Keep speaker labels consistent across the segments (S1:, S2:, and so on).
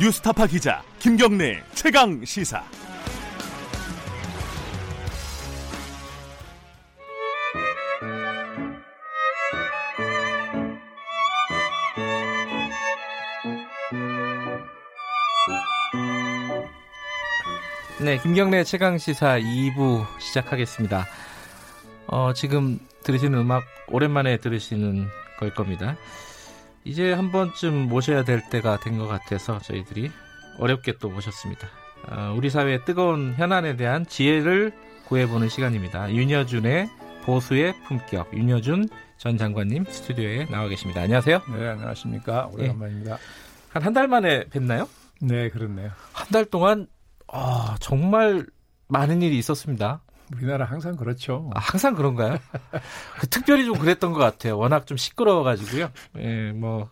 S1: 뉴스타파 기자 김경래 최강 시사.
S2: 네, 김경래 최강 시사 2부 시작하겠습니다. 어, 지금 들으시는 음악 오랜만에 들으시는 걸 겁니다. 이제 한 번쯤 모셔야 될 때가 된 것 같아서 저희들이 어렵게 또 모셨습니다. 어, 우리 사회의 뜨거운 현안에 대한 지혜를 구해보는 시간입니다. 윤여준의 보수의 품격, 윤여준 전 장관님 스튜디오에 나와 계십니다. 안녕하세요.
S3: 네, 안녕하십니까. 오래간만입니다.
S2: 한 한 달 만에 뵙나요?
S3: 네, 그렇네요.
S2: 한 달 동안 아, 정말 많은 일이 있었습니다.
S3: 우리나라 항상 그렇죠.
S2: 아, 항상 그런가요? 그 특별히 좀 그랬던 것 같아요. 워낙 좀 시끄러워가지고요. 예, 뭐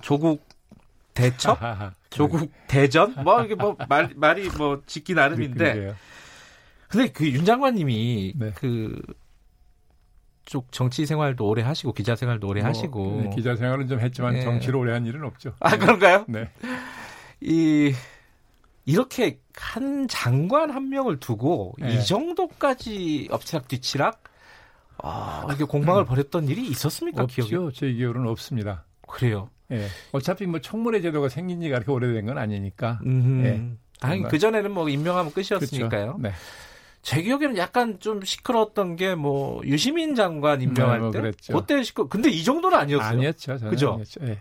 S2: 조국 대첩,
S3: 하하하.
S2: 조국 대전, 뭐 이게 뭐 말 말이 뭐 짓기 나름인데.
S3: 네, 그러게요.
S2: 근데 그 윤 장관님이
S3: 네.
S2: 그 쪽 정치 생활도 오래 하시고 기자 생활도 오래
S3: 뭐,
S2: 하시고.
S3: 네, 기자 생활은 좀 했지만
S2: 예.
S3: 정치로 오래 한 일은 없죠.
S2: 아 그런가요?
S3: 네.
S2: 이 이렇게 한 장관 한 명을 두고
S3: 예.
S2: 이 정도까지 엎치락뒤치락 아, 이렇게 공방을 벌였던 일이 있었습니까? 기억이
S3: 음. 없죠. 제 기억은 없습니다.
S2: 그래요.
S3: 예. 어차피 뭐 청문회 제도가 생긴 지가 그렇게 오래된 건 아니니까.
S2: 음.
S3: 예.
S2: 다행히
S3: 정말.
S2: 그 전에는 뭐 임명하면
S3: 그렇죠.
S2: 끝이었으니까요.
S3: 네.
S2: 제 기억에는 약간 좀 시끄러웠던 게 뭐 유시민 장관 임명할
S3: 네, 뭐
S2: 때
S3: 그랬죠.
S2: 그때 시끄 근데 이 정도는 아니었어요.
S3: 아니었죠. 저는
S2: 그죠?
S3: 아니었죠. 예.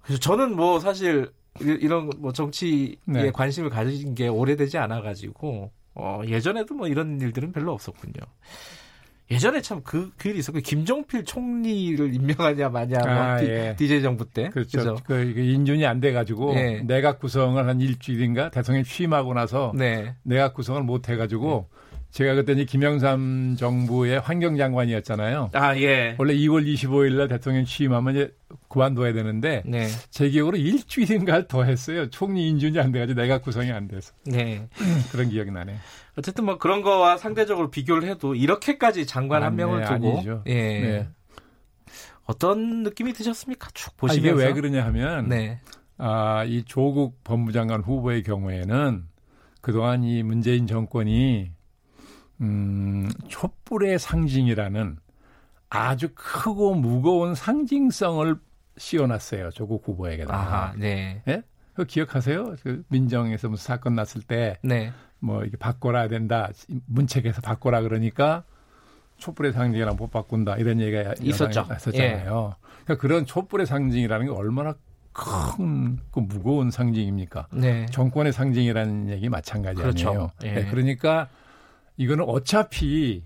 S2: 그래서 저는 뭐 사실 이- 이런 뭐 정치에
S3: 네.
S2: 관심을 가진 게 오래되지 않아 가지고 어, 예전에도 뭐 이런 일들은 별로 없었군요. 예전에 참 그 그 일이 있었고 김종필 총리를 임명하냐 마냐
S3: 아,
S2: 뭐 디-
S3: 예.
S2: DJ 정부 때
S3: 그렇죠.
S2: 그죠?
S3: 그 이게 인준이 안 돼가지고
S2: 예.
S3: 내각 구성을 한 일주일인가 대통령 취임하고 나서
S2: 네.
S3: 내각 구성을 못 해가지고 제가 그때 이제 김영삼 정부의 환경장관이었잖아요.
S2: 아 예.
S3: 네. 원래 2월 25일 날 대통령 취임하면 이제 그만둬야 되는데
S2: 네.
S3: 제 기억으로 일주일인가 더 했어요. 총리 인준이 안 돼가지고 내가 구성이 안 돼서
S2: 네.
S3: 그런 기억이 나네.
S2: 어쨌든 뭐 그런 거와 상대적으로 비교를 해도 이렇게까지 장관 한
S3: 맞네,
S2: 명을 두고
S3: 아니죠.
S2: 예.
S3: 네.
S2: 어떤 느낌이 드셨습니까? 쭉
S3: 아, 이게
S2: 보시면서
S3: 왜 그러냐 하면
S2: 네.
S3: 아, 이 조국 법무장관 후보의 경우에는 그동안 이 문재인 정권이 음, 촛불의 상징이라는 아주 크고 무거운 상징성을 씌워놨어요. 조국 후보에게다가. 예?
S2: 아하, 네.
S3: 그거 기억하세요? 그 민정에서 무슨 사건 났을 때
S2: 네.
S3: 뭐 이게 바꿔라 된다 문책에서 바꿔라 그러니까 촛불의 상징이랑 못 바꾼다 이런 얘기가
S2: 있었죠. 예.
S3: 야당에서 했었잖아요. 그러니까 그런 촛불의 상징이라는 게 얼마나 큰, 그 무거운 상징입니까?
S2: 네.
S3: 정권의 상징이라는 얘기 마찬가지
S2: 그렇죠.
S3: 아니에요.
S2: 예.
S3: 네, 그러니까 이거는 어차피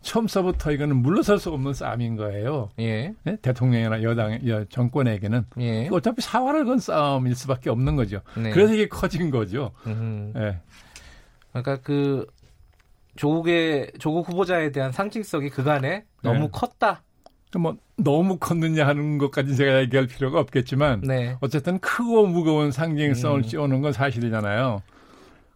S3: 처음서부터 이거는 물러설 수 없는 싸움인 거예요.
S2: 예.
S3: 예? 대통령이나 여당, 여- 정권에게는
S2: 예.
S3: 어차피 사활을 건 싸움일 수밖에 없는 거죠.
S2: 네.
S3: 그래서 이게 커진 거죠.
S2: 음.
S3: 예.
S2: 그러니까 그 조국의 조국 후보자에 대한 상징성이
S3: 네.
S2: 그간에 너무 컸다.
S3: 뭐 너무 컸느냐 하는 것까지 제가 얘기할 필요가 없겠지만
S2: 네.
S3: 어쨌든 크고 무거운 상징성을
S2: 음.
S3: 씌우는 건 사실이잖아요.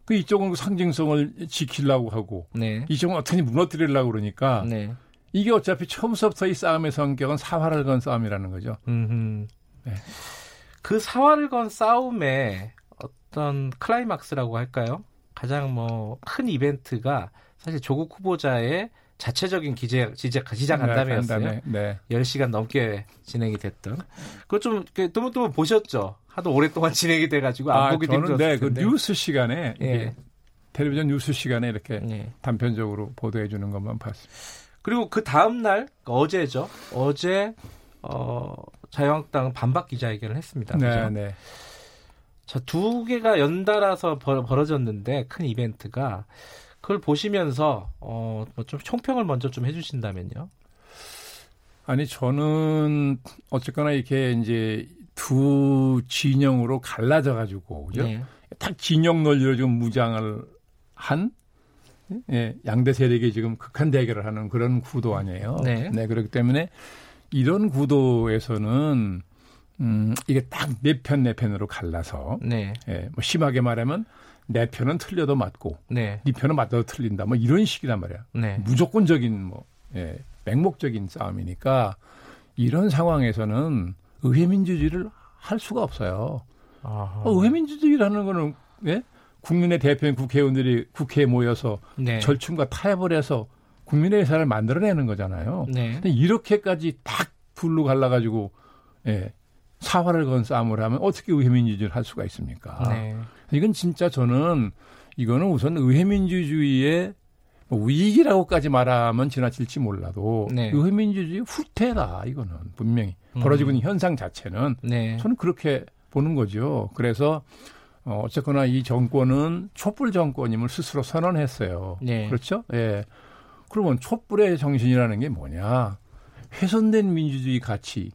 S3: 그 이쪽은 그 상징성을 지키려고 하고
S2: 네.
S3: 이쪽은 어떻게 무너뜨리려고 그러니까
S2: 네.
S3: 이게 어차피 처음부터 이 싸움의 성격은 사활을 건 싸움이라는 거죠.
S2: 음.
S3: 네.
S2: 그 사활을 건 싸움의 어떤 클라이막스라고 할까요? 가장 뭐 큰 이벤트가 사실 조국 후보자의 자체적인 기재 지재 시작 간담회였어요.
S3: 간담회. 네.
S2: 10시간 넘게 진행이 됐던. 그거 좀 이렇게 뜨문뜨문 보셨죠? 하도 오랫동안 진행이 돼 가지고 안
S3: 아,
S2: 보기
S3: 저는
S2: 힘들었을
S3: 네, 그
S2: 텐데.
S3: 뉴스 시간에
S2: 예.
S3: 이게 텔레비전 뉴스 시간에 이렇게
S2: 예.
S3: 단편적으로 보도해 주는 것만 봤습니다.
S2: 그리고 그 다음 날 그러니까 어제죠. 어제 어 자유한국당 반박 기자회견을 했습니다.
S3: 네,
S2: 그죠?
S3: 네.
S2: 자, 두 개가 연달아서 벌, 벌어졌는데 큰 이벤트가 그걸 보시면서 어, 뭐 좀 총평을 먼저 좀 해주신다면요.
S3: 아니 저는 어쨌거나 이렇게 이제 두 진영으로 갈라져 가지고 그죠?
S2: 네.
S3: 딱 진영 논리로 지금 무장을 한 예, 양대 세력이 지금 극한 대결을 하는 그런 구도 아니에요.
S2: 네.
S3: 그렇기 때문에 이런 구도에서는 음, 이게 딱 네 편 네 편으로 갈라서
S2: 네,
S3: 예, 뭐 심하게 말하면 내 편은 틀려도 맞고
S2: 네,
S3: 네 편은 맞아도 틀린다. 뭐 이런 식이란 말이야.
S2: 네.
S3: 무조건적인 뭐 예, 맹목적인 싸움이니까 이런 상황에서는 의회 민주주의를 할 수가 없어요.
S2: 아하.
S3: 어, 회민주주의라는 거는 예? 국민의 대표인 국회의원들이 국회에 모여서
S2: 네.
S3: 절충과 타협을 해서 국민의 의사를 만들어내는 거잖아요.
S2: 네.
S3: 근데 이렇게까지 탁 둘로 갈라가지고 예, 사활을 건 싸움을 하면 어떻게 의회민주주의를 할 수가 있습니까?
S2: 네.
S3: 이건 진짜 저는 이거는 우선 의회민주주의의 뭐 위기라고까지 말하면 지나칠지 몰라도
S2: 네. 음.
S3: 의회민주주의 후퇴다 이거는 분명히 벌어지고 있는 현상 자체는
S2: 네.
S3: 저는 그렇게 보는 거죠. 그래서 어, 어쨌거나 이 정권은 촛불 정권임을 스스로 선언했어요.
S2: 네.
S3: 그렇죠? 예. 그러면 촛불의 정신이라는 게 뭐냐? 훼손된 민주주의 가치를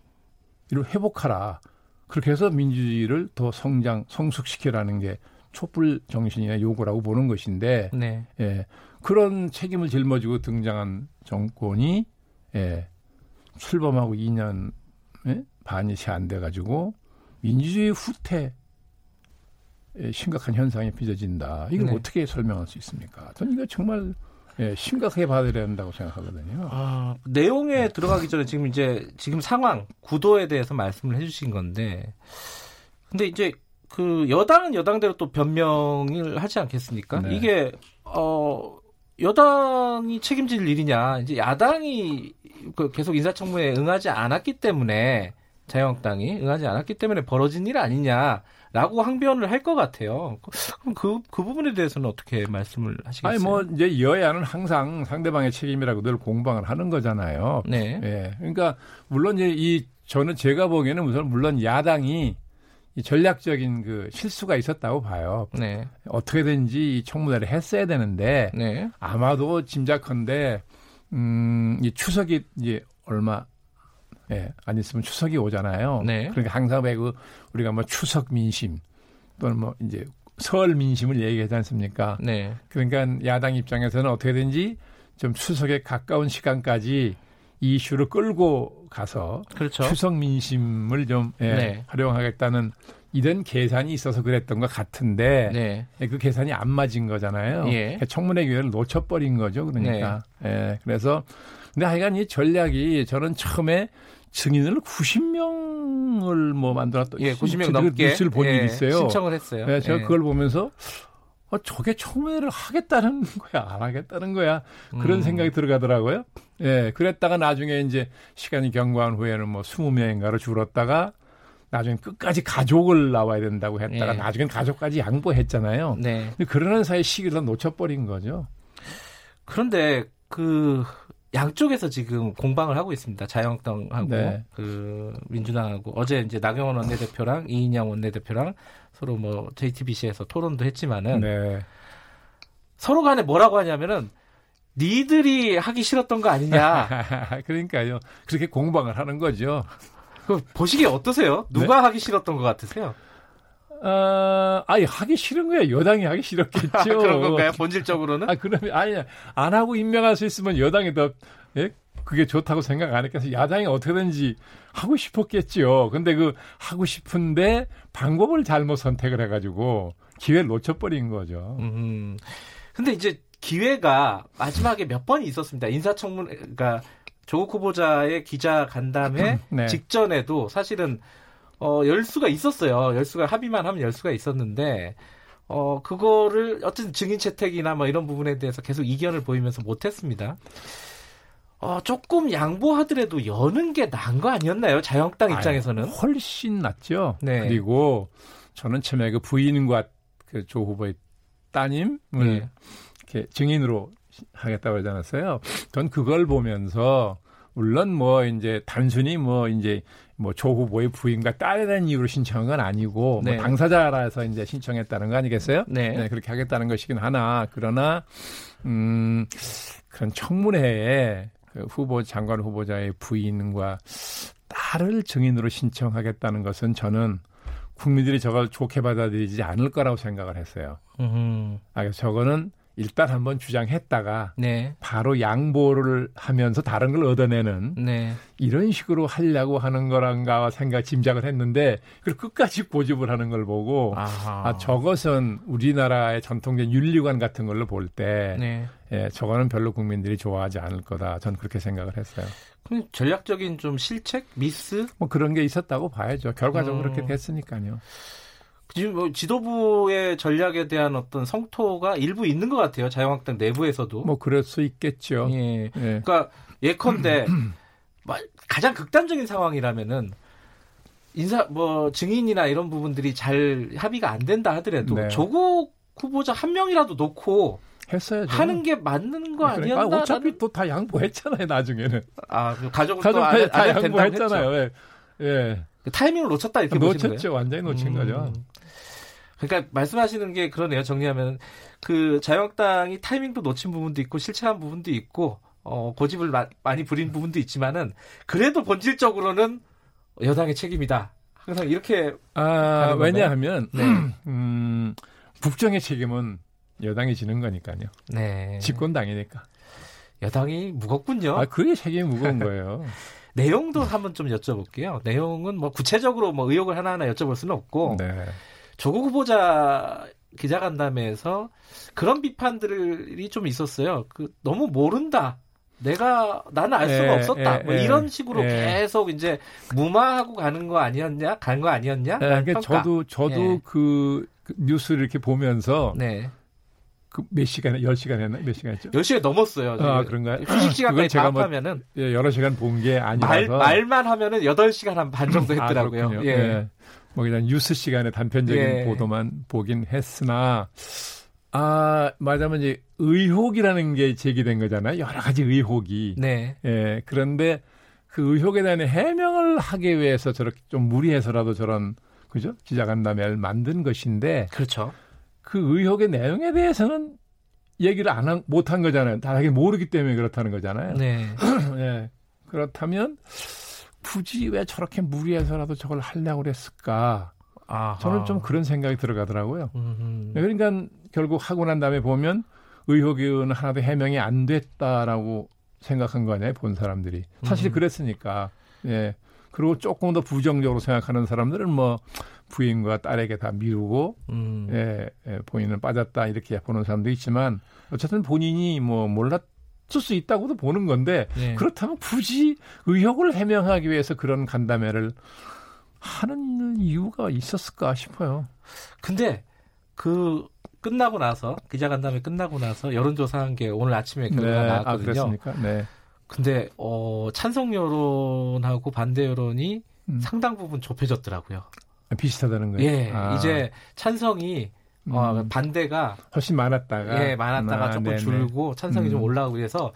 S3: 회복하라. 그렇게 해서 민주주의를 더 성장, 성숙시키라는 게 촛불 정신이나 요구라고 보는 것인데,
S2: 네.
S3: 예. 그런 책임을 짊어지고 등장한 정권이, 예. 출범하고 2년 예? 반이 채 안 돼가지고 민주주의 후퇴 예, 심각한 현상이 빚어진다. 이걸
S2: 네.
S3: 어떻게 설명할 수 있습니까? 저는 이거 정말 예, 심각하게 받아들여야 한다고 생각하거든요.
S2: 아, 내용에 들어가기 전에 지금 이제 지금 상황 구도에 대해서 말씀을 해주신 건데, 근데 이제 그 여당은 여당대로 또 변명을 하지 않겠습니까?
S3: 네.
S2: 이게 어 여당이 책임질 일이냐? 이제 야당이 그 계속 인사청문회에 응하지 않았기 때문에 자유한국당이 응하지 않았기 때문에 벌어진 일 아니냐라고 항변을 할 것 같아요. 그럼 그, 그 부분에 대해서는 어떻게 말씀을 하시겠어요?
S3: 아니 뭐 이제 여야는 항상 상대방의 책임이라고 늘 공방을 하는 거잖아요.
S2: 네,
S3: 예. 그러니까 물론 이제 이 저는 제가 보기에는 우선 물론 야당이 이 전략적인 그 실수가 있었다고 봐요.
S2: 네,
S3: 어떻게든지 이 청문회를 했어야 되는데
S2: 네,
S3: 아마도 짐작컨대 음, 이 추석이 이제 얼마 예, 안 있으면 추석이 오잖아요.
S2: 네.
S3: 그러니까 항상 왜 그 우리가 뭐 추석 민심 또는 뭐 이제 설 민심을 얘기하지 않습니까?
S2: 네.
S3: 그러니까 야당 입장에서는 어떻게든지 좀 추석에 가까운 시간까지 이 이슈를 끌고 가서
S2: 그렇죠.
S3: 추석 민심을 좀 예,
S2: 네.
S3: 활용하겠다는 이런 계산이 있어서 그랬던 것 같은데
S2: 네.
S3: 예, 그 계산이 안 맞은 거잖아요. 그러니까
S2: 예. 네.
S3: 청문회 기회를 놓쳐버린 거죠. 그러니까. 예, 그래서 근데 하여간 이 전략이 저는 처음에 증인을 90명을 뭐 만들었던
S2: 예, 90명
S3: 그
S2: 넘게
S3: 뉴스를 본
S2: 예,
S3: 일이 있어요.
S2: 신청을 했어요.
S3: 예, 제가
S2: 예.
S3: 그걸 보면서 어, 저게 청문회를 하겠다는 거야, 안 하겠다는 거야 그런
S2: 음.
S3: 생각이 들어가더라고요. 예, 그랬다가 나중에 이제 시간이 경과한 후에는 뭐 20명인가로 줄었다가 나중에 끝까지 가족을 나와야 된다고 했다가
S2: 예.
S3: 나중엔 가족까지 양보했잖아요.
S2: 네.
S3: 근데 그러는 사이 시기를 다 놓쳐버린 거죠.
S2: 그런데 그 양쪽에서 지금 공방을 하고 있습니다. 자유한국당하고
S3: 네.
S2: 그 민주당하고 어제 이제 나경원 원내대표랑 이인영 원내대표랑 서로 뭐 JTBC에서 토론도 했지만은
S3: 네.
S2: 서로 간에 뭐라고 하냐면은 니들이 하기 싫었던 거 아니냐.
S3: 그러니까요. 그렇게 공방을 하는 거죠.
S2: 그 보시기에 어떠세요? 누가
S3: 네?
S2: 하기 싫었던 것 같으세요?
S3: 아, 아니, 하기 싫은 거야. 여당이 하기 싫었겠죠.
S2: 그런 건가요? 본질적으로는?
S3: 아, 그러면, 아니, 안 하고 임명할 수 있으면 여당이 더, 예? 그게 좋다고 생각 안 했겠어. 야당이 어떻게든지 하고 싶었겠죠. 근데 그, 하고 싶은데 방법을 잘못 선택을 해가지고 기회를 놓쳐버린 거죠.
S2: 음. 근데 이제 기회가 마지막에 몇 번이 있었습니다. 인사청문회, 그러니까 조국 후보자의 기자 간담회
S3: 네.
S2: 직전에도 사실은 어, 열수가 있었어요. 열수가 합의만 하면 열수가 있었는데 어, 그거를 어쨌든 증인 채택이나 뭐 이런 부분에 대해서 계속 이견을 보이면서 못했습니다. 어, 조금 양보하더라도 여는 게 나은 거 아니었나요? 자영당 입장에서는.
S3: 아유, 훨씬 낫죠.
S2: 네.
S3: 그리고 저는 처음에 그 부인과 그 조 후보의 따님을
S2: 네.
S3: 이렇게 증인으로 하겠다고 그러지 않았어요. 전 그걸 보면서 물론 뭐 이제 단순히 뭐 이제 뭐 조 후보의 부인과 딸이라는 이유로 신청한 건 아니고
S2: 네.
S3: 뭐 당사자라서 이제 신청했다는 거 아니겠어요?
S2: 네.
S3: 네, 그렇게 하겠다는 것이긴 하나 그러나 음 그런 청문회에 그 후보 장관 후보자의 부인과 딸을 증인으로 신청하겠다는 것은 저는 국민들이 저걸 좋게 받아들이지 않을 거라고 생각을 했어요.
S2: 음,
S3: 아, 그래서 저거는 일단 한번 주장했다가
S2: 네.
S3: 바로 양보를 하면서 다른 걸 얻어내는
S2: 네.
S3: 이런 식으로 하려고 하는 거란가 생각 짐작을 했는데 그걸 끝까지 고집을 하는 걸 보고
S2: 아하.
S3: 아, 저것은 우리나라의 전통적인 윤리관 같은 걸로 볼 때,
S2: 네.
S3: 예, 저거는 별로 국민들이 좋아하지 않을 거다. 전 그렇게 생각을 했어요.
S2: 그럼 전략적인 좀 실책 미스
S3: 뭐 그런 게 있었다고 봐야죠. 결과적으로
S2: 음.
S3: 그렇게 됐으니까요.
S2: 지금 뭐 지도부의 전략에 대한 어떤 성토가 일부 있는 것 같아요. 자유한국당 내부에서도.
S3: 뭐 그럴 수 있겠죠.
S2: 예.
S3: 예.
S2: 그러니까 예컨대 마- 가장 극단적인 상황이라면은 인사 뭐 증인이나 이런 부분들이 잘 합의가 안 된다 하더라도
S3: 네.
S2: 조국 후보자 한 명이라도 놓고
S3: 했어야죠.
S2: 하는 게 맞는 거
S3: 네, 그러니까
S2: 아니었나?
S3: 어차피 또 다 양보했잖아요. 나중에는
S2: 아, 그 가족을
S3: 가족
S2: 또
S3: 다,
S2: 안,
S3: 다
S2: 안 해도 된다고 했잖아요.
S3: 양보했잖아요. 예. 예.
S2: 타이밍을 놓쳤다 이렇게 보시는 거예요.
S3: 놓쳤죠. 완전히 놓친 거죠.
S2: 음. 그러니까 말씀하시는 게 그러네요. 정리하면 그 자유한국당이 타이밍도 놓친 부분도 있고 실체한 부분도 있고 어, 고집을 마- 많이 부린 부분도 있지만은 그래도 본질적으로는 여당의 책임이다. 항상 이렇게
S3: 아,
S2: 다른 건가요?
S3: 왜냐하면
S2: 네.
S3: 음, 북정의 책임은 여당이 지는 거니까요.
S2: 네.
S3: 집권당이니까.
S2: 여당이 무겁군요.
S3: 아, 그게 책임이 무거운 거예요.
S2: 내용도 한번 좀 여쭤볼게요. 내용은 뭐 구체적으로 뭐 의혹을 하나하나 여쭤볼 수는 없고
S3: 네.
S2: 조국 후보자 기자간담회에서 그런 비판들이 좀 있었어요. 그 너무 모른다. 내가 나는 알 수가
S3: 예,
S2: 없었다.
S3: 예,
S2: 뭐
S3: 예.
S2: 이런 식으로
S3: 예.
S2: 계속 이제 무마하고 가는 거 아니었냐? 간 거 아니었냐?
S3: 네,
S2: 라는
S3: 그러니까
S2: 평가.
S3: 저도 저도
S2: 예.
S3: 그, 그 뉴스를 이렇게 보면서
S2: 네.
S3: 그 몇 시간에 열 시간 했나 몇 시간 했죠?
S2: 10시에 넘었어요.
S3: 아 그런가요?
S2: 휴식
S3: 그건
S2: 시간까지
S3: 제가 뭐
S2: 파악하면은
S3: 예, 여러 시간 본 게
S2: 말,
S3: 아니라서
S2: 말만 하면은 8시간 한 반 정도
S3: 아,
S2: 했더라고요.
S3: 그렇군요.
S2: 예.
S3: 뭐 그냥 뉴스 시간에 단편적인
S2: 예.
S3: 보도만 보긴 했으나 아 말하자면 이제 의혹이라는 게 제기된 거잖아요. 여러 가지 의혹이.
S2: 네.
S3: 예. 그런데 그 의혹에 대한 해명을 하기 위해서 저렇게 좀 무리해서라도 저런 그죠? 기자간담회를 만든 것인데
S2: 그렇죠.
S3: 그 의혹의 내용에 대해서는 얘기를 안 못 한 거잖아요. 자기 모르기 때문에 그렇다는 거잖아요.
S2: 네.
S3: 예. 그렇다면 굳이 왜 저렇게 무리해서라도 저걸 하려고 그랬을까?
S2: 아.
S3: 저는 좀 그런 생각이 들어가더라고요.
S2: 음.
S3: 그러니까 결국 하고 난 다음에 보면 의혹은 하나도 해명이 안 됐다라고 생각한 거 아니에요, 본 사람들이. 사실
S2: 음.
S3: 그랬으니까. 예. 그리고 조금 더 부정적으로 생각하는 사람들은 뭐 부인과 딸에게 다 미루고
S2: 음.
S3: 예, 예, 본인은 빠졌다 이렇게 보는 사람도 있지만 어쨌든 본인이 뭐 몰랐을 수 있다고도 보는 건데
S2: 네.
S3: 예. 그렇다면 굳이 의혹을 해명하기 위해서 그런 간담회를 하는 이유가 있었을까 싶어요.
S2: 근데 그 끝나고 나서 기자간담회 끝나고 나서 여론조사한 게 오늘 아침에 결과가
S3: 아
S2: 네, 나왔거든요.
S3: 그렇습니까? 네.
S2: 근데 어 찬성 여론하고 반대 여론이
S3: 음.
S2: 상당 부분 좁혀졌더라고요.
S3: 비슷하다는 거예요.
S2: 예,
S3: 아,
S2: 이제 찬성이 어,
S3: 음,
S2: 반대가
S3: 훨씬 많았다가
S2: 예 많았다가
S3: 아,
S2: 조금
S3: 네네.
S2: 줄고 찬성이 좀
S3: 음.
S2: 올라오고 그래서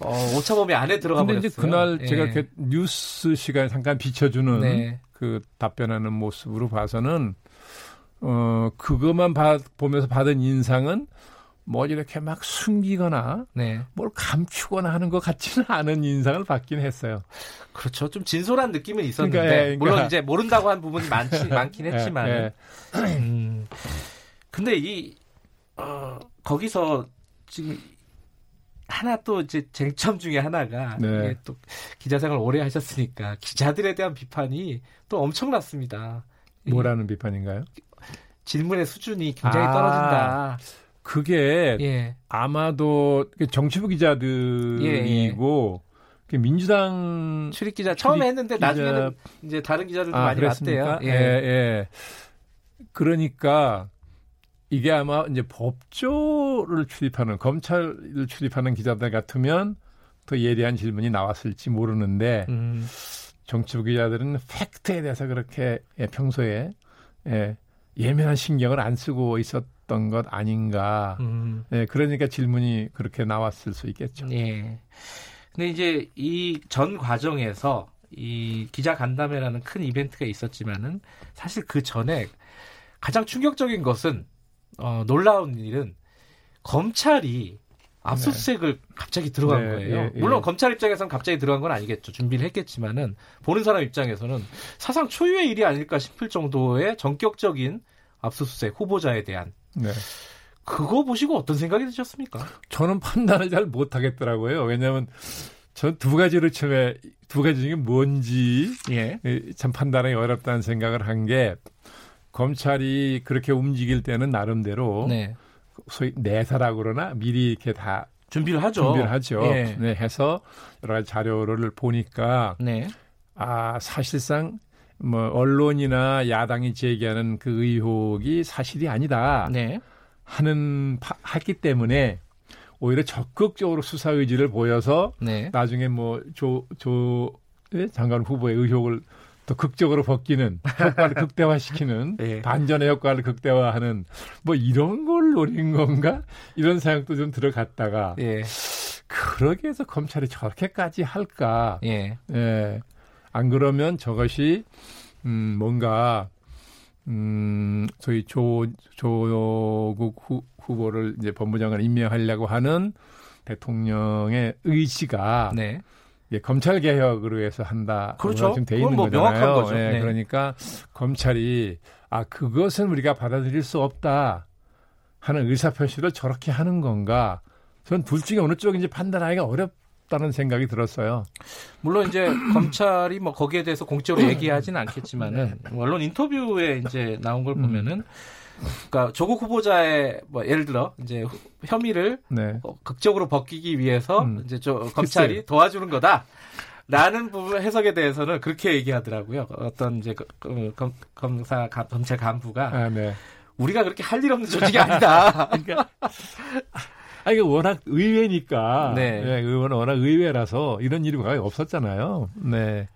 S2: 어, 오차범위 안에 들어가
S3: 근데
S2: 버렸어요.
S3: 이제 그날
S2: 예.
S3: 제가 이렇게 뉴스 시간에 잠깐 비춰주는
S2: 네.
S3: 그 답변하는 모습으로 봐서는 어 그것만 봐- 보면서 받은 인상은 뭐 이렇게 막 숨기거나
S2: 네
S3: 뭘 감추거나 하는 것 같지는 않은 인상을 받긴 했어요.
S2: 그렇죠 좀 진솔한 느낌은 있었는데
S3: 그러니까, 예, 그러니까.
S2: 물론 이제 모른다고 한 부분이 많지 많긴
S3: 예,
S2: 했지만
S3: 예.
S2: 음. 근데 이 어, 거기서 지금 하나 또 이제 쟁점 중에 하나가
S3: 네.
S2: 이게 또 기자 생활 오래 하셨으니까 기자들에 대한 비판이 또 엄청났습니다. 이
S3: 뭐라는 비판인가요?
S2: 질문의 수준이 굉장히
S3: 아. 네.
S2: 떨어진다.
S3: 그게
S2: 예.
S3: 아마도 그 정치부 기자들이고 그 민주당
S2: 출입 기자 처음에
S3: 출입
S2: 했는데
S3: 기자-
S2: 나중에는 이제 다른 기자들도 아, 많이 왔대요.
S3: 예. 예. 그러니까 이게 아마 이제 법조를 출입하는 검찰을 출입하는 기자들 같으면 더 예리한 질문이 나왔을지 모르는데
S2: 음,
S3: 정치부 기자들은 팩트에 대해서 그렇게 예, 평소에 예, 예민한 신경을 안 쓰고 있었던 것 아닌가.
S2: 음,
S3: 예, 그러니까 질문이 그렇게 나왔을 수 있겠죠.
S2: 예. 근데 이제 이 전 과정에서 이 기자 간담회라는 큰 이벤트가 있었지만은 사실 그 전에 가장 충격적인 것은 어, 놀라운 일은 검찰이 압수수색을 갑자기 들어간
S3: 네,
S2: 거예요.
S3: 예, 예.
S2: 물론 검찰 입장에서는 갑자기 들어간 건 아니겠죠. 준비를 했겠지만은 보는 사람 입장에서는 사상 초유의 일이 아닐까 싶을 정도의 전격적인 압수수색 후보자에 대한
S3: 네.
S2: 그거 보시고 어떤 생각이 드셨습니까?
S3: 저는 판단을 잘 못하겠더라고요. 왜냐하면 전 두 가지를 처음에 두 가지 중에 뭔지
S2: 예.
S3: 예, 참 판단하기 어렵다는 생각을 한 게 검찰이 그렇게 움직일 때는 나름대로
S2: 네.
S3: 소위 내사라고 그러나 미리 이렇게 다
S2: 준비를 하죠.
S3: 준비를 하죠.
S2: 예.
S3: 네, 해서 여러 가지 자료를 보니까
S2: 네.
S3: 아 사실상 뭐 언론이나 야당이 제기하는 그 의혹이 사실이 아니다
S2: 네.
S3: 하는 파- 했기 때문에 오히려 적극적으로 수사 의지를 보여서
S2: 네.
S3: 나중에 뭐 뭐조조 네? 장관 후보의 의혹을 더 극적으로 벗기는 효과를 극대화시키는
S2: 예.
S3: 반전의 효과를 극대화하는 뭐 이런 걸 노린 건가 이런 생각도 좀 들어갔다가
S2: 예.
S3: 그러게 해서 검찰이 저렇게까지 할까
S2: 예.
S3: 예. 안 그러면 저것이 음 뭔가 음 저희 조 조국 후, 후보를 이제 법무장관 임명하려고 하는 대통령의 의지가
S2: 네.
S3: 예, 검찰 개혁으로 해서 한다.
S2: 그렇죠.
S3: 지금 돼
S2: 그건
S3: 있는
S2: 뭐
S3: 거잖아요.
S2: 명확한 거죠.
S3: 예,
S2: 네.
S3: 그러니까 검찰이 아 그것은 우리가 받아들일 수 없다 하는 의사 표시를 저렇게 하는 건가? 전 둘 중에 어느 쪽인지 판단하기가 어렵다는 생각이 들었어요.
S2: 물론 이제 검찰이 뭐 거기에 대해서 공적으로 얘기하진 않겠지만은 뭐 언론 인터뷰에 이제 나온 걸 보면은 그러니까 조국 후보자의 뭐 예를 들어 이제 후- 혐의를
S3: 네.
S2: 어, 극적으로 벗기기 위해서
S3: 음.
S2: 이제 저 검찰이
S3: 글쎄요.
S2: 도와주는 거다. 라는 부분 해석에 대해서는 그렇게 얘기하더라고요. 어떤 이제 그- 그 검, 검사 가- 검찰 간부가
S3: 아, 네.
S2: 우리가 그렇게 할 일 없는 조직이 아니다.
S3: 아, 이게 워낙 의외니까.
S2: 네.
S3: 예, 의원은 워낙 의외라서 이런 일이 거의 없었잖아요. 네.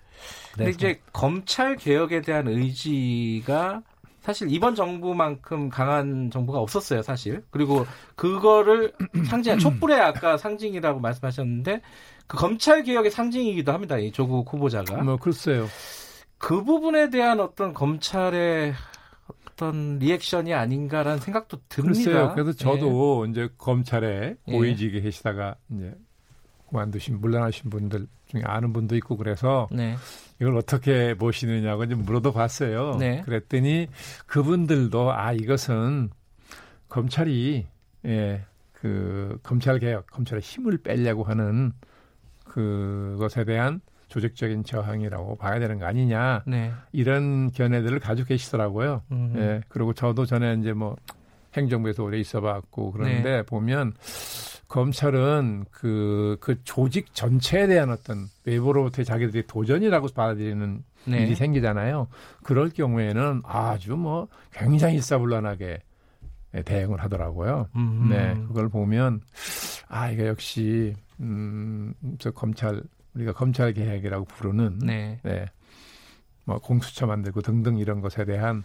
S2: 근데 이제 검찰 개혁에 대한 의지가 사실 이번 정부만큼 강한 정부가 없었어요, 사실. 그리고 그거를 상징한 촛불의 아까 상징이라고 말씀하셨는데 그 검찰 개혁의 상징이기도 합니다. 이 조국 후보자가.
S3: 뭐, 글쎄요.
S2: 그 부분에 대한 어떤 검찰의 어떤 리액션이 아닌가라는 생각도 듭니다.
S3: 글쎄요. 그래서 저도 이제 검찰에
S2: 예.
S3: 고위직에 계시다가 이제 그만두신 물러나신 분들 중에 아는 분도 있고 그래서
S2: 예. 네.
S3: 이걸 어떻게 보시느냐고 이제 물어도 봤어요.
S2: 네.
S3: 그랬더니 그분들도 아 이것은 검찰이 예, 그 검찰 개혁, 검찰의 힘을 빼려고 하는 그것에 대한 조직적인 저항이라고 봐야 되는 거 아니냐
S2: 네.
S3: 이런 견해들을 가지고 계시더라고요.
S2: 음.
S3: 예. 그리고 저도 전에 이제 뭐 행정부에서 오래 있어봤고 그런데
S2: 네.
S3: 보면 검찰은 그, 그 조직 전체에 대한 어떤 외부로부터 자기들이 도전이라고 받아들이는
S2: 네.
S3: 일이 생기잖아요. 그럴 경우에는 아주 뭐 굉장히 일사불란하게 대응을 하더라고요.
S2: 음.
S3: 네, 그걸 보면 아 이거 역시 음저 검찰 우리가 검찰 개혁이라고 부르는
S2: 네.
S3: 네. 뭐 공수처 만들고 등등 이런 것에 대한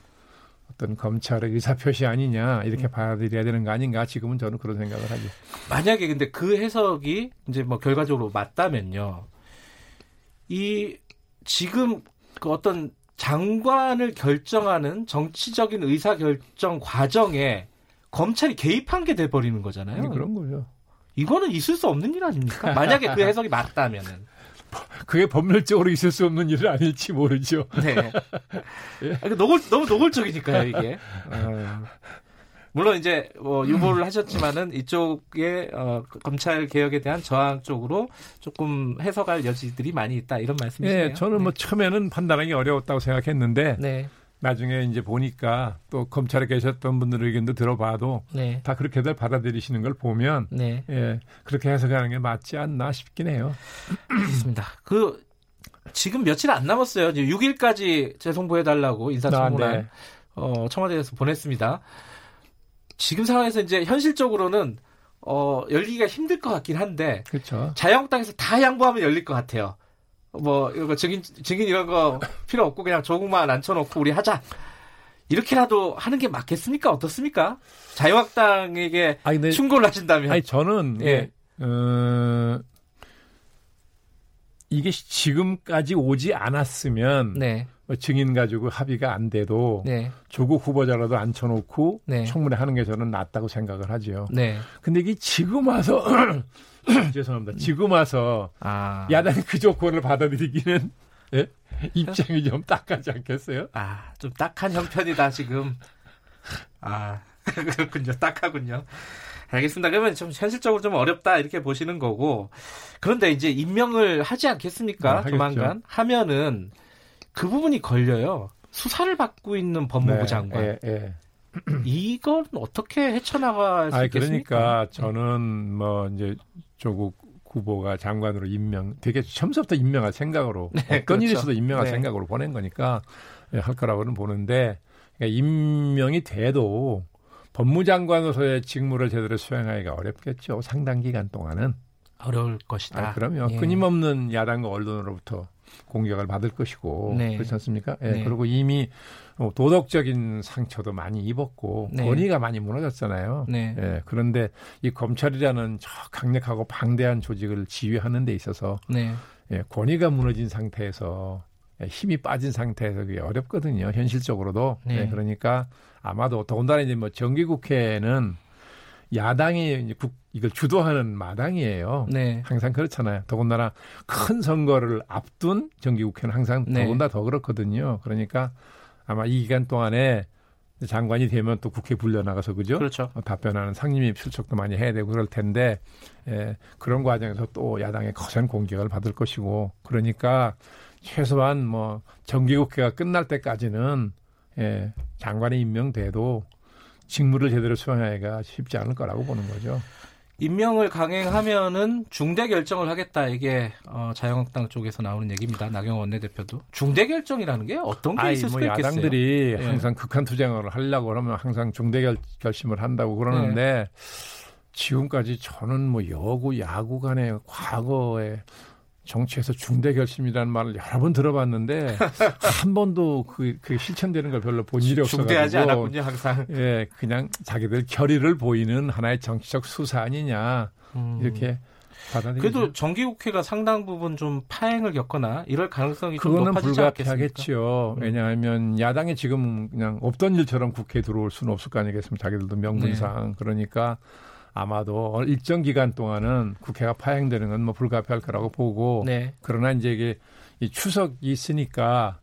S3: 어떤 검찰의 의사표시 아니냐
S2: 음.
S3: 이렇게 받아들여야 되는 거 아닌가 지금은 저는 그런 생각을 하죠.
S2: 만약에 근데 그 해석이 이제 뭐 결과적으로 맞다면요. 이 지금 그 어떤 장관을 결정하는 정치적인 의사 결정 과정에 검찰이 개입한 게 돼 버리는 거잖아요.
S3: 네, 그런 거죠.
S2: 이거는 있을 수 없는 일 아닙니까? 만약에 그 해석이 맞다면은.
S3: 그게 법률적으로 있을 수 없는 일은 아닐지 모르죠.
S2: 네. 아, 그 노골, 너무 노골적이니까요, 이게.
S3: 아,
S2: 어. 물론 이제 뭐 유보를 하셨지만은 이쪽에 어, 검찰 개혁에 대한 저항 쪽으로 조금 해석할 여지들이 많이 있다 이런 말씀이시네요.
S3: 예, 저는 뭐 처음에는 판단하기 어려웠다고 생각했는데
S2: 네,
S3: 나중에 이제 보니까 또 검찰에 계셨던 분들 의견도 들어봐도
S2: 네,
S3: 다 그렇게들 받아들이시는 걸 보면
S2: 네,
S3: 예, 그렇게 해석하는 게 맞지 않나 싶긴 해요.
S2: 그렇습니다. 그 지금 며칠 안 남았어요. 이제 6일까지 재송보해 달라고 인사청문회
S3: 아, 네.
S2: 어, 청와대에서 보냈습니다. 지금 상황에서 이제 현실적으로는 어, 열기가 힘들 것 같긴 한데
S3: 그렇죠.
S2: 자유한국당에서 다 양보하면 열릴 것 같아요. 뭐 이거 증인 증인 이런 거 필요 없고 그냥 조국만 앉혀놓고 우리 하자. 이렇게라도 하는 게 맞겠습니까? 어떻습니까? 자유한국당에게
S3: 아니, 근데
S2: 충고를 하신다면
S3: 아니 저는
S2: 예.
S3: 예, 어, 이게 지금까지 오지 않았으면
S2: 네,
S3: 뭐 증인 가지고 합의가 안 돼도
S2: 네,
S3: 조국 후보자라도 앉혀놓고
S2: 네.
S3: 청문회 하는 게 저는 낫다고 생각을 하지요.
S2: 네.
S3: 근데 이게 지금 와서 죄송합니다. 지금 와서
S2: 아,
S3: 야당이 그 조건을 받아들이기는 예? 입장이 좀 딱하지 않겠어요?
S2: 아, 좀 딱한 형편이다 지금. 아, 그렇군요. 딱하군요. 알겠습니다. 그러면 좀 현실적으로 좀 어렵다 이렇게 보시는 거고 그런데 이제 임명을 하지 않겠습니까?
S3: 네, 하겠죠.
S2: 조만간 하면은 그 부분이 걸려요. 수사를 받고 있는 법무부
S3: 네,
S2: 장관
S3: 예, 예.
S2: 이건 어떻게 헤쳐나갈 수
S3: 아
S2: 있겠습니까? 네.
S3: 그러니까 저는 뭐 이제 조국 후보가 장관으로 임명, 되게 처음부터 임명할 생각으로
S2: 네,
S3: 어떤
S2: 그렇죠.
S3: 일에서도 임명할
S2: 네.
S3: 생각으로 보낸 거니까 예, 할 거라고는 보는데 그러니까 임명이 돼도 법무장관으로서의 직무를 제대로 수행하기가 어렵겠죠. 상당 기간 동안은.
S2: 어려울 것이다.
S3: 아, 그럼요.
S2: 예.
S3: 끊임없는 야당과 언론으로부터 공격을 받을 것이고
S2: 네.
S3: 그렇지 않습니까? 예,
S2: 네.
S3: 그리고 이미 어, 도덕적인 상처도 많이 입었고
S2: 네.
S3: 권위가 많이 무너졌잖아요.
S2: 네.
S3: 예, 그런데 이 검찰이라는 저 강력하고 방대한 조직을 지휘하는 데 있어서
S2: 네.
S3: 예, 권위가 무너진 상태에서 예, 힘이 빠진 상태에서 그게 어렵거든요. 현실적으로도.
S2: 네.
S3: 예, 그러니까 아마도 더군다나 이제 뭐 정기국회는 야당이 이제 국, 이걸 주도하는 마당이에요.
S2: 네.
S3: 항상 그렇잖아요. 더군다나 큰 선거를 앞둔 정기국회는 항상
S2: 네.
S3: 더군다 더 그렇거든요. 그러니까 아마 이 기간 동안에 장관이 되면 또 국회 불려나가서 그죠?
S2: 그렇죠.
S3: 어, 답변하는 상임위 출석도 많이 해야 되고 그럴 텐데 예, 그런 과정에서 또 야당의 거센 공격을 받을 것이고 그러니까 최소한 뭐 정기국회가 끝날 때까지는 예, 장관이 임명돼도 직무를 제대로 수행하기가 쉽지 않을 거라고 보는 거죠.
S2: 임명을 강행하면은 중대 결정을 하겠다. 이게 어, 자유한국당 쪽에서 나오는 얘기입니다. 나경원 원내대표도 중대 결정이라는 게 어떤 게
S3: 아이,
S2: 있을
S3: 뭐
S2: 수가 있겠어요?
S3: 야당들이
S2: 예.
S3: 항상 극한 투쟁을 하려고 그러면 항상 중대 결, 결심을 한다고
S2: 네.
S3: 그러는데 지금까지 저는 뭐 여구 야구 간의 과거에 정치에서 중대 결심이라는 말을 여러 번 들어봤는데 한 번도 그, 그 실천되는 걸 별로 본 일이 없어가지고
S2: 중대하지 않았군요, 항상.
S3: 예, 그냥 자기들 결의를 보이는 하나의 정치적 수사 아니냐
S2: 음.
S3: 이렇게 받아들이죠.
S2: 그래도 정기국회가 상당 부분 좀 파행을 겪거나 이럴 가능성이 좀
S3: 그거는
S2: 높아지지 않겠습니까?
S3: 불가피하겠죠.
S2: 음.
S3: 왜냐하면 야당이 지금 그냥 없던 일처럼 국회에 들어올 수는 없을 거 아니겠습니까? 자기들도 명분상.
S2: 네.
S3: 그러니까 아마도 일정 기간 동안은 국회가 파행되는 건 뭐 불가피할 거라고 보고
S2: 네.
S3: 그러나 이제 이게 이 추석이 있으니까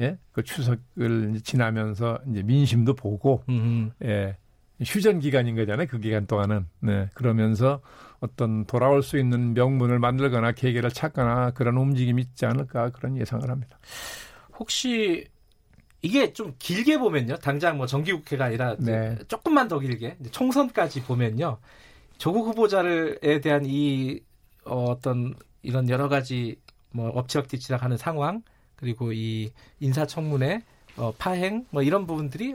S3: 예? 그 추석을 이제 지나면서 이제 민심도 보고
S2: 음.
S3: 예. 휴전 기간인 거잖아요. 그 기간 동안은. 네. 그러면서 어떤 돌아올 수 있는 명분을 만들거나 계기를 찾거나 그런 움직임이 있지 않을까 그런 예상을 합니다.
S2: 혹시 이게 좀 길게 보면요. 당장 뭐 정기국회가 아니라
S3: 네.
S2: 조금만 더 길게 이제 총선까지 보면요. 조국 후보자를에 대한 이 어, 어떤 이런 여러 가지 뭐 엎치락뒤치락 하는 상황 그리고 이 인사청문회 어, 파행 뭐 이런 부분들이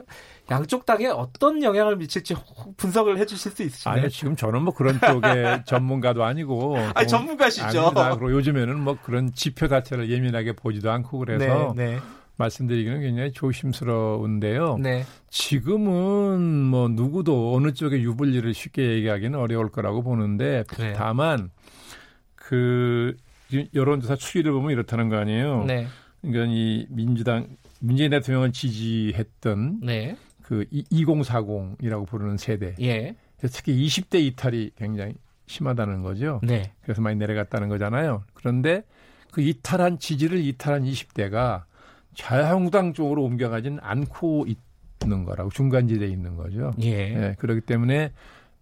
S2: 양쪽 당에 어떤 영향을 미칠지 혹 분석을 해주실 수 있으신가요?
S3: 아니요, 지금 저는 뭐 그런 쪽에 전문가도 아니고.
S2: 네. 아니,
S3: 뭐
S2: 전문가시죠.
S3: 아닙니다. 그리고 요즘에는 뭐 그런 지표 자체를 예민하게 보지도 않고 그래서
S2: 네,
S3: 말씀드리기는 굉장히 조심스러운데요.
S2: 네, 네.
S3: 지금은 뭐 누구도 어느 쪽의 유불리를 쉽게 얘기하기는 어려울 거라고 보는데
S2: 그래요.
S3: 다만 그 여론조사 추이를 보면 이렇다는 거 아니에요.
S2: 네,
S3: 그러니까 이 민주당 문재인 대통령을 지지했던
S2: 네,
S3: 그 2040이라고 부르는 세대,
S2: 예,
S3: 특히 20대 이탈이 굉장히 심하다는 거죠.
S2: 네,
S3: 그래서 많이 내려갔다는 거잖아요. 그런데 그 이탈한 지지를 이탈한 20대가 자유한국당 쪽으로 옮겨가진 않고 있는 거라고 중간 지대에 있는 거죠.
S2: 예.
S3: 예, 그렇기 때문에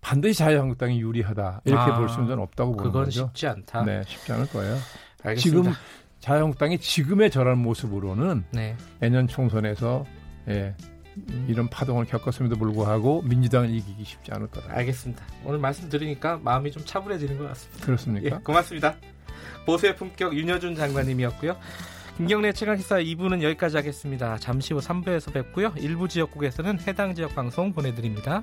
S3: 반드시 자유한국당이 유리하다 이렇게
S2: 아,
S3: 볼 수는 없다고 보는
S2: 그건
S3: 거죠.
S2: 쉽지 않다.
S3: 네, 쉽지 않을 거예요.
S2: 알겠습니다.
S3: 지금 자유한국당이 지금의 저런 모습으로는
S2: 네.
S3: 내년 총선에서 예, 이런 파동을 겪었음에도 불구하고 민주당을 이기기 쉽지 않을 거다.
S2: 알겠습니다. 오늘 말씀 들으니까 마음이 좀 차분해지는 것 같습니다. 예,
S3: 그렇습니까?
S2: 고맙습니다. 보수의 품격 윤여준 장관님이었고요. 김경래 최강시사 2부는 여기까지 하겠습니다. 잠시 후 3부에서 뵙고요. 일부 지역국에서는 해당 지역 방송 보내드립니다.